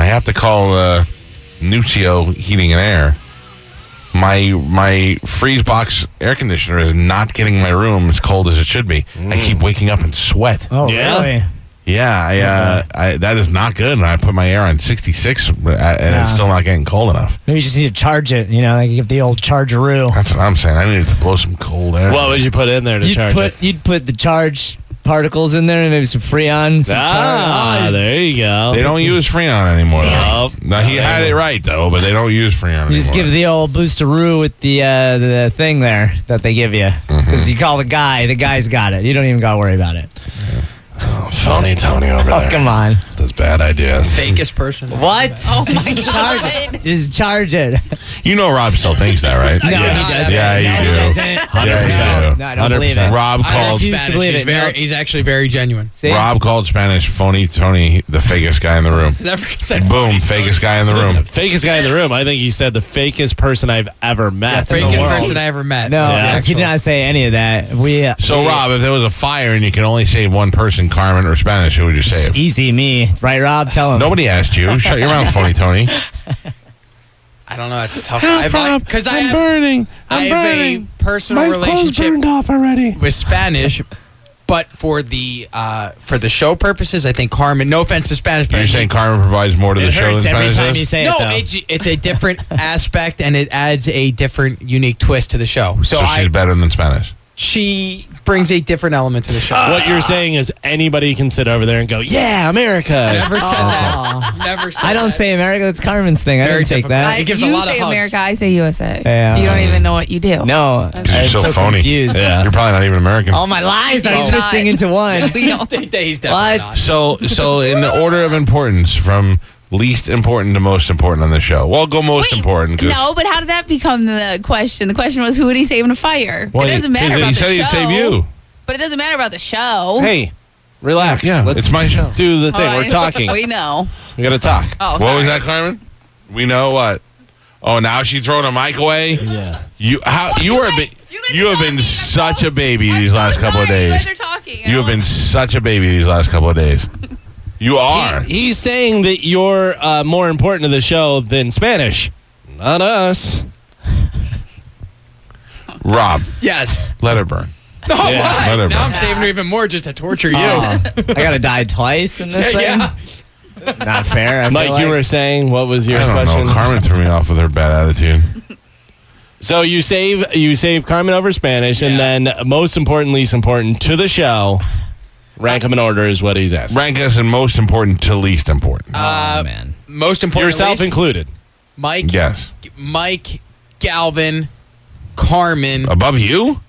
have to call uh, Nuccio Heating and Air. My my freeze box air conditioner is not getting my room as cold as it should be. I keep waking up in sweat. Oh, Yeah. really? Mm. Yeah, I, uh, I that is not good. And I put my air on 66, uh, and it's Yeah. still not getting cold enough. Maybe you just need to charge it. You know, like give the old chargeroo. That's what I'm saying. I needed to blow some cold air. What would you put in there to You'd charge put it? you'd put the charge particles in there and maybe some freon. Some Ah, char- there you go. they don't use Freon anymore. Damn Though. it. No, he had it right though, but they don't use Freon. you just anymore. give the old boosteroo with the uh, the thing there that they give you because you call the guy. The guy's got it. You don't even got to worry about it. phony Tony over Oh come on! Those bad ideas. fakest person. What? Oh my god. Just charge it. You know Rob still thinks that, right? No, yeah. he doesn't. Yeah, you do. Yeah, you do. No, I don't believe it. Rob I like called. you. Spanish. should believe he's it. Very, No. He's actually very genuine. See? Rob called Spanish phony Tony, the fakest guy in the room. Never said Boom, fakest guy in the room. Fakest guy in the room. I think he said the fakest person I've ever met. in the Fakest world. person I ever met. No, Yeah. he did not say any of that. We uh, So we- Rob, if there was a fire and you can only save one person, Carmen or Spanish, who would you save? easy me, right? Rob, tell him. Nobody asked you. Shut your mouth, phony Tony. I don't know. That's a tough one. Because I have, burning. I have a personal relationship off already. with Spanish. But for the uh, for the show purposes, I think Carmen. No offense to Spanish, but I You're saying think- Carmen provides more to the It show than hurts every Spanish time does? you say no, it. Though. it's it's a different aspect and it adds a different, unique twist to the show. So, So I she's better than Spanish. she brings a different element to the show. What you're saying is anybody can sit over there and go, yeah, America. Never Oh. said that. Never said I don't that. say America. That's Carmen's thing. I Very don't take difficult. I, that. Uh, It gives a you lot of say hugs. America, I say USA. Yeah. You don't even know what you do. no, That's- I'm You're so, so phony. confused. Um, You're probably not even American. All my lies are He's twisting not. into one. We don't. He's definitely What? not. So, so in the order of importance, from least important to most important on the show. Well, go most Wait, important. 'cause- No, but how did that become the question? The question was, who would he save in a fire? Well, it doesn't he- 'cause matter he about the said show. he'd save you. But it doesn't matter about the show. Hey, relax. Yeah, Let's it's my show. do the All thing. We're right. talking. we know. We got to talk. Oh, what was sorry. that, Carmen? We know what. Oh, now she's throwing a mic away. Yeah. You how What? you You are a guys- bit, you guys you are have been talking. such a baby I'm these so last couple of sorry. days. You guys are talking. I You have don't- been such a baby these last couple of days. You are. He- he's saying that you're uh, more important to the show than Spanish. Not us. Rob, Yes. let her burn. No, Yeah. why? Whatever. Oh, Now I'm saving her even more just to torture Oh. you. I gotta die twice in this yeah, thing. yeah. It's not fair. I Mike, feel you were like. saying what was your I don't question? know. Carmen threw me off with her bad attitude. so you save you save Carmen over Spanish, and Yeah. then most important, least important to the show. Rank them in order is what he's asking. Rank us in most important to least important. Uh, oh, man. most important, Yourself least, included. Mike, yes. Mike, Galvin, Carmen. Above you?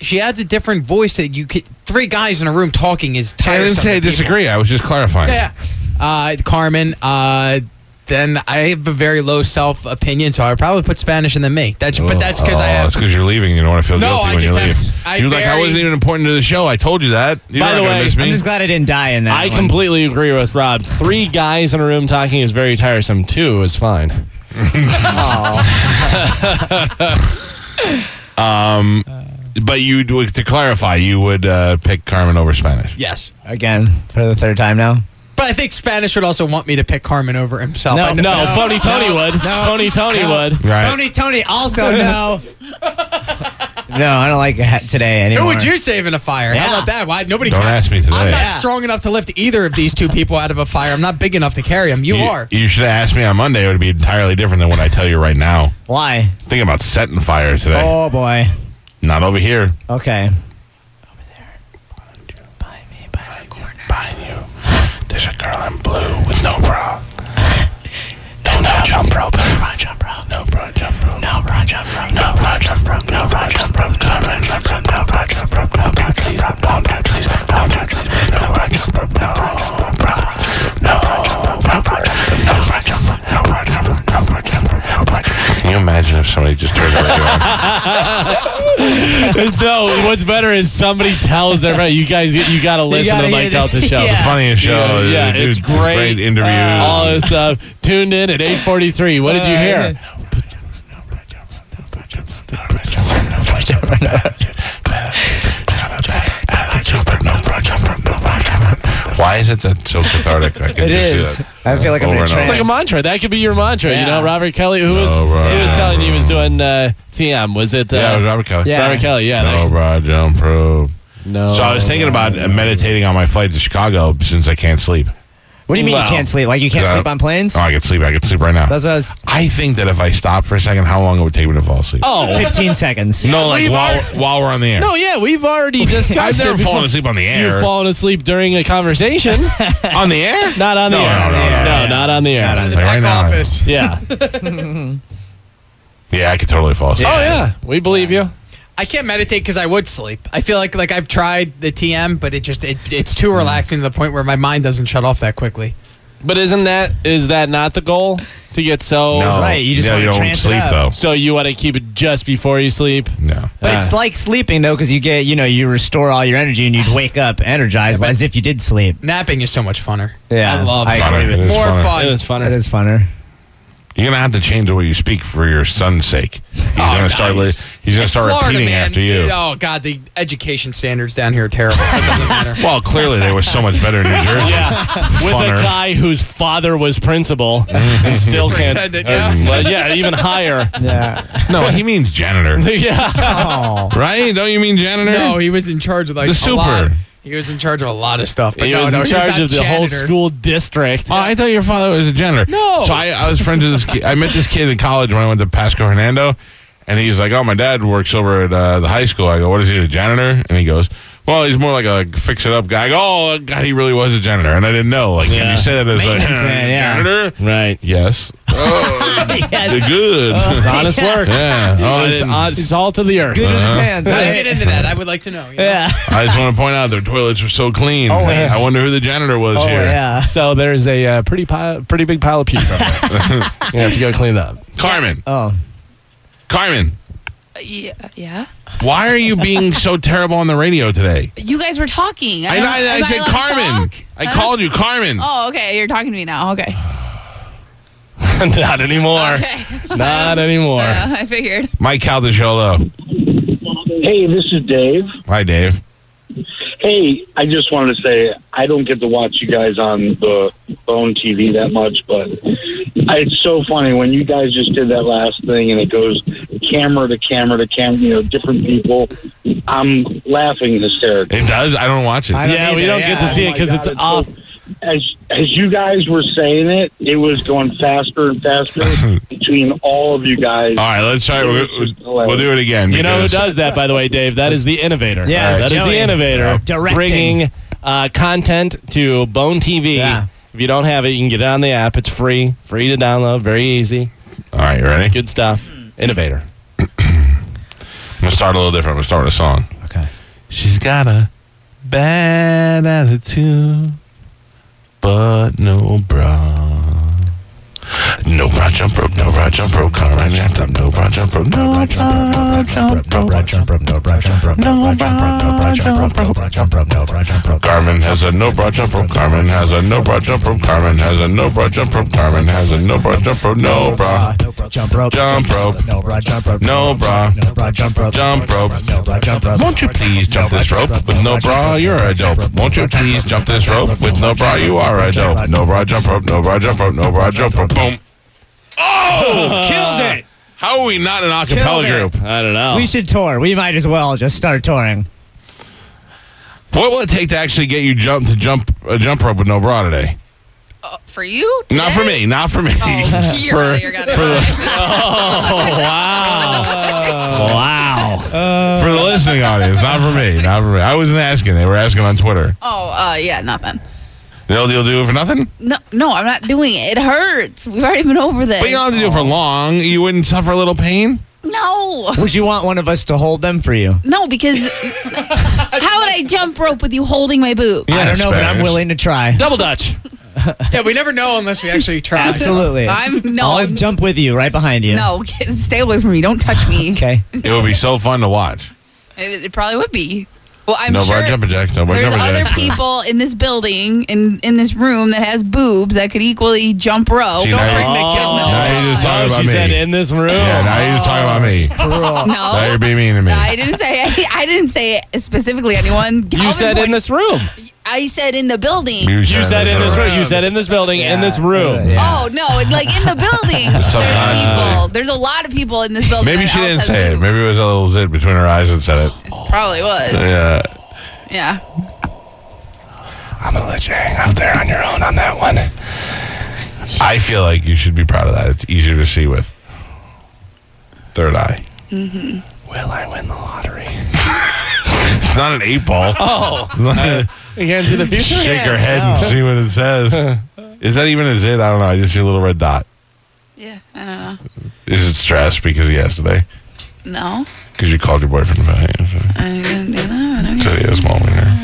She adds a different voice that you could. Three guys in a room talking is I tiresome. didn't say I to people. disagree. I was just clarifying. Yeah. Uh, Carmen. Uh, then I have a very low self opinion, so I would probably put Spanish in than me. That's but that's because I Oh, it's have. because you're leaving. You don't want to feel No, guilty when I you just have- leave. I You're like, I very- wasn't even important to the show. I told you that. You're By not the gonna way, miss me. I'm just glad I didn't die in that. I one. completely agree with Rob. Three guys in a room talking is very tiresome. Two is fine. But you would- to clarify, you would uh, pick Carmen over Spanish. Yes. again for the third time now. But I think Spanish would also want me to pick Carmen over himself. No, I know- No, phony Oh, Tony would. phony Tony would. Right. Tony, Tony, also no. no, I don't like it ha- today anymore. Who would you save in a fire? Yeah. How about that? Why nobody? Don't can- ask me today. I'm not Yeah. strong enough to lift either of these two people out of a fire. I'm not big enough to carry them. You, are. You should have asked me on Monday. It would be entirely different than what I tell you right now. Why? Thinking about setting fire today. Oh boy. Not over here. Okay. Behind you, there's a girl in blue with no bra. No, no jump rope. No jump rope. No bra jump rope. No bra jump rope. No bra jump rope. No bra jump rope. No bra jump rope. No bra jump rope. No bra jump rope. No bra jump rope. No bra jump rope. No bra jump rope. No bra jump rope. No bra jump rope. No bra jump rope. No bra jump rope. No bra jump rope. No bra jump rope. Can you imagine if somebody just turned the radio on? no, what's better is somebody tells their friend, you guys, you got to listen gotta to the Mike hear the- Delta show. Yeah. The funniest show. Yeah, They yeah, do it's great. Uh, interviews. All this stuff. Tuned in at 8:43. What did you hear? Why Why is it that so cathartic? I can It just do is. that, I feel like I'm in over a and over. It's like a Yes. mantra. That could be your mantra. You Yeah. know, Robert Kelly, who was No, bro. he was telling you he was doing uh, TM. Was it? Uh, Yeah, Robert Kelly. Yeah. Robert Kelly. Yeah. that- No, bro, jump probe. no. So I was thinking about uh, meditating on my flight to Chicago since I can't sleep. What do you mean Well, you can't sleep? Like you can't uh, sleep on planes? Oh, I could sleep. I could sleep right now. That's what I was. I think that if I stop for a second, how long it would take me to fall asleep? Oh 15 seconds. no, like we've while, already- while we're on the air. no, yeah, we've already I've discussed never it. fallen before. asleep on the air. You've fallen asleep during a conversation, on the air? not on the No, no, air. no, no, no. not on the air. the Like, back right now, I- office. yeah. Oh Yeah, I could totally fall asleep. yeah, we believe you. I can't meditate because I would sleep. I feel like like I've tried the TM, but it just it, it's too relaxing to the point where my mind doesn't shut off that quickly. But isn't that is that not the goal to get so No, Right, you just no, wanna you don't transfer sleep out. though. so you want to keep it just before you sleep? No. But it's Ah. like sleeping though, because you get you know you restore all your energy and you'd wake up energized as if you did sleep. Napping is so much funner. Yeah, I love I it. agree with you. more It's funner. fun. It was funner. That is funner. You're gonna have to change the way you speak for your son's sake. He's gonna start. li- nice. He's gonna It's start Florida, repeating man. after you. Oh God, the education standards down here are terrible. So it doesn't matter. Well, clearly they were so much better in New Jersey. Yeah, with Funner. a guy whose father was principal and still can't. uh, Superintendent, yeah. Well, yeah, even higher. Yeah. No, he means janitor, yeah. oh. right? Don't you mean janitor? No, he was in charge of like The a super. lot. He was in charge of a lot of stuff. But He no, was no, in he was charge not of the whole janitor. school district. Oh, I thought your father was a janitor. No. So I, I was friends with this kid. I met this kid in college when I went to Pasco Hernando, and he's like, "Oh, my dad works over at uh, the high school." I go, "What is he, a janitor?" And he goes, "Well, he's more like a fix it up guy." I go, "Oh, God, he really was a janitor," and I didn't know. Like, Yeah. can you say that as a Maintenance man, yeah. janitor? Right. Yes. Oh, good. It's honest work. yeah. Oh, I It's didn't- on, salt of the earth. Good in his hands. How do you right? get into that? I would like to know. you know? Yeah. I just want to point out their toilets were so clean. Oh, yes. I wonder who the janitor was Oh here. yeah. So there's a uh, pretty pile, pretty big pile of pee. Right you have to go clean that. up. Carmen, Oh. Carmen, Yeah, yeah. why are you being so terrible on the radio today? You guys were talking. I, don't- I, I am said allowed to Carmen. talk? I don't- called you Carmen. Oh, okay. You're talking to me now. Okay. Not anymore. Okay. Not anymore. Yeah, I figured. Mike Caldicciolo. Hey, this is Dave. Hi, Dave. Hey, I just wanted to say I don't get to watch you guys on the phone TV that much, but it's so funny when you guys just did that last thing and it goes camera to camera to camera, you know, different people. I'm laughing hysterically. It does. I don't watch it. I Yeah, we either, don't get yeah. to see it because Oh my it's God, so- off. as as you guys were saying it, it was going faster and faster between all of you guys. All right, let's try. We'll, we'll we'll do it again. You know who because- does that, by the way, Dave? That is the innovator. Yeah, it's that is Joey. the innovator. Directing. Bringing uh, content to Bone TV. Yeah. If you don't have it, you can get it on the app. It's free, free to download, very easy. All right, you ready? Good stuff. Innovator. I'm gonna start a little different. I'm gonna start with a song. Okay. She's got a bad attitude, but no bra. No bra jump rope, no bra jump rope, car ride jump rope, no bra jump rope, no bra jump rope, no bra jump rope. Carmen has a no bra jump rope, Carmen has a no bra jump rope, Carmen has a no bra jump rope, Carmen has a no bra jump rope, no bra. Jump rope. Jump rope. No bra. Jump rope. No bra. No bra. Jump rope. Jump rope. No bra. Jump rope. Won't you please jump this rope with no bra? You're a dope. Won't you please jump this rope with no bra? You are a dope. No bra jump rope, no bra jump rope, no bra jump rope. Boom. Oh! Uh, Killed it. How are we not an Killed it. acapella group? I don't know. We should tour. We might as well just start touring. What will it take to actually get you jump to jump a jump rope with no bra today? Uh, for you? Not for today? me. Not for me. Oh, you're For- out of your goddamn for the- mind. wow. for the listening audience, not for me. Not for me. I wasn't asking. They were asking on Twitter. Oh, uh, yeah, nothing. They'll, you'll do it for nothing? No, no, I'm not doing it. It hurts. We've already been over this. But uh, you don't have to do it for long. You wouldn't suffer a little pain? no, Would you want one of us to hold them for you? no, because how would I jump rope with you holding my boob? Yeah, I don't know, but Spanish. I'm willing to try. Double Dutch. Yeah, we never know unless we actually try. Absolutely. I'm- no, I'll I'm- jump with you right behind you. No, get- stay away from me. Don't touch me. Okay. It would be so fun to watch. It, it probably would be. Well, I'm no sure bra jumping jacks. No bra there's jumping other jacks. people in this building in in this room that has boobs that could equally jump rope. See, now Don't you- bring the Oh, kid. now you're just No. talking Oh, about she me. said in this room. Yeah, now you're just talking about me. Cool. Now No. you're being mean to me. I didn't say I didn't say specifically anyone. you said in this room. I I said in the building. You said in this room. You said in this building, in this room. Yeah. Oh no! It's like in the building. there's Sometimes. people. There's a lot of people in this building. Maybe that she all didn't said say it. boobs. Maybe it was a little zit between her eyes and said it. Probably was. Yeah. Yeah. I'm gonna let you hang out there on your own on that one. I feel like you should be proud of that. It's easier to see with third eye. Mm-hmm. Will I win the lottery? it's not an eight ball. Oh, Shake you can't see the future. your head and see what it says. Is that even a zit? I don't know. I just see a little red dot. Yeah. I Is it stress because of yesterday? don't know. No. Because you called your boyfriend about it. I didn't do that. I don't So he has small wiener.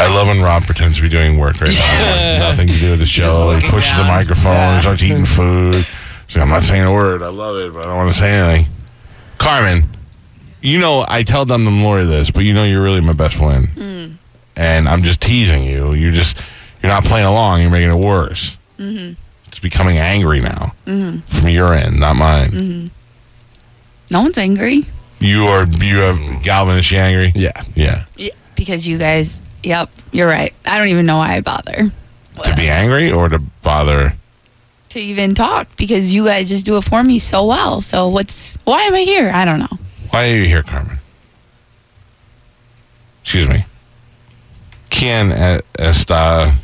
I love when Rob pretends to be doing work right now. Nothing to do with the show. He pushes the microphone, starts eating food. So I'm not saying a word. I love it, but I don't want to say anything. Carmen, you know I tell them and Lori this, but you know you're really my best friend. And I'm just teasing you. You just you're not playing along. You're making it worse. It's becoming angry now from your end, not mine. No one's angry. You are you have Galvin. Is she angry? Yeah. Yeah. Yeah, because you guys. Yep. You're right. I don't even know why I bother. To be angry or to bother. to even talk because you guys just do it for me so well. So what's why am I here? I don't know. Why are you here, Carmen? Excuse me. ¿Quién e- está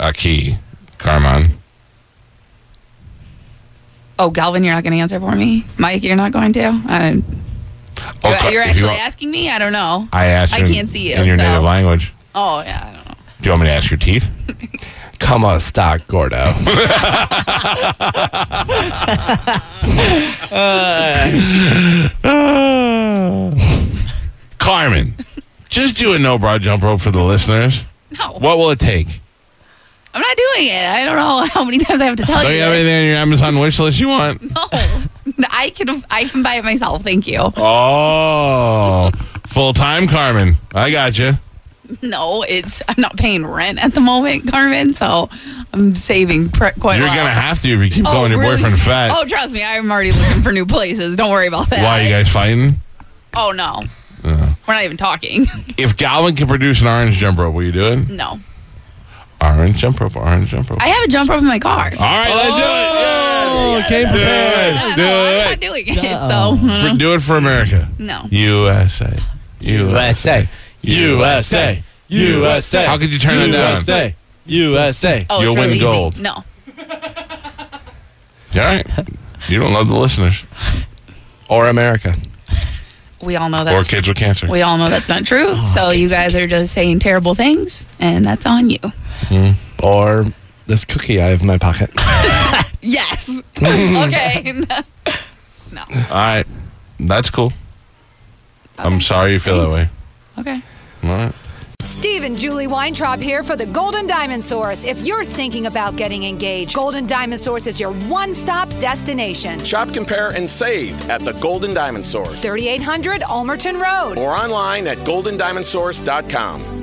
aquí, Carmen? Oh, Galvin, you're not going to answer for me. Mike, you're not going to. I don't, Oh, you're, Car- you're if you actually want- asking me. I don't know. I asked I you in- can't see you, in your so- native language. Oh yeah, I don't know. Do you want me to ask your teeth? Come on, stock Gordo. Carmen, just do a no bra jump rope for the listeners. No, What will it take? I'm not doing it. I don't know how many times I have to tell Don't you. you have this. anything on your Amazon wish list you want? No, I can I can buy it myself. Thank you. Oh, full time, Carmen. I got you. No, it's I'm not paying rent at the moment, Carmen. So I'm saving pr- quite You're a lot. gonna have to if you keep Oh, calling your really? boyfriend fat. Oh, trust me, I'm already looking for new places. Don't worry about that. Why are you guys Uh-huh. fighting? Oh no, we're not even talking. If Galvin can produce an orange jump rope, will you do it? no. Orange jump rope, orange jump rope. I have a jump rope in my car. All right, let's do it. Yeah, Oh, came Oh, do prepared. No, it. no, Oh, I'm Do not it. doing it. So For- do it for America. no, USA. USA. USA, USA. How could you turn it down? USA, down? USA. oh, You'll it's win really gold. Easy. No, All right. You don't love the listeners Or America. we all know or that's kids with cancer. we all know that's not true. so you guys are just saying terrible things, and that's on you. Or this cookie I have in my pocket. Yes. okay. no. All right. That's cool. I'm Okay. sorry you feel that Thanks. way. Okay. All right. Steve and Julie Weintraub here for the Golden Diamond Source. If you're thinking about getting engaged, Golden Diamond Source is your one stop destination. Shop, compare, and save at the Golden Diamond Source. 3800 Almerton Road. Or online at goldendiamondsource.com.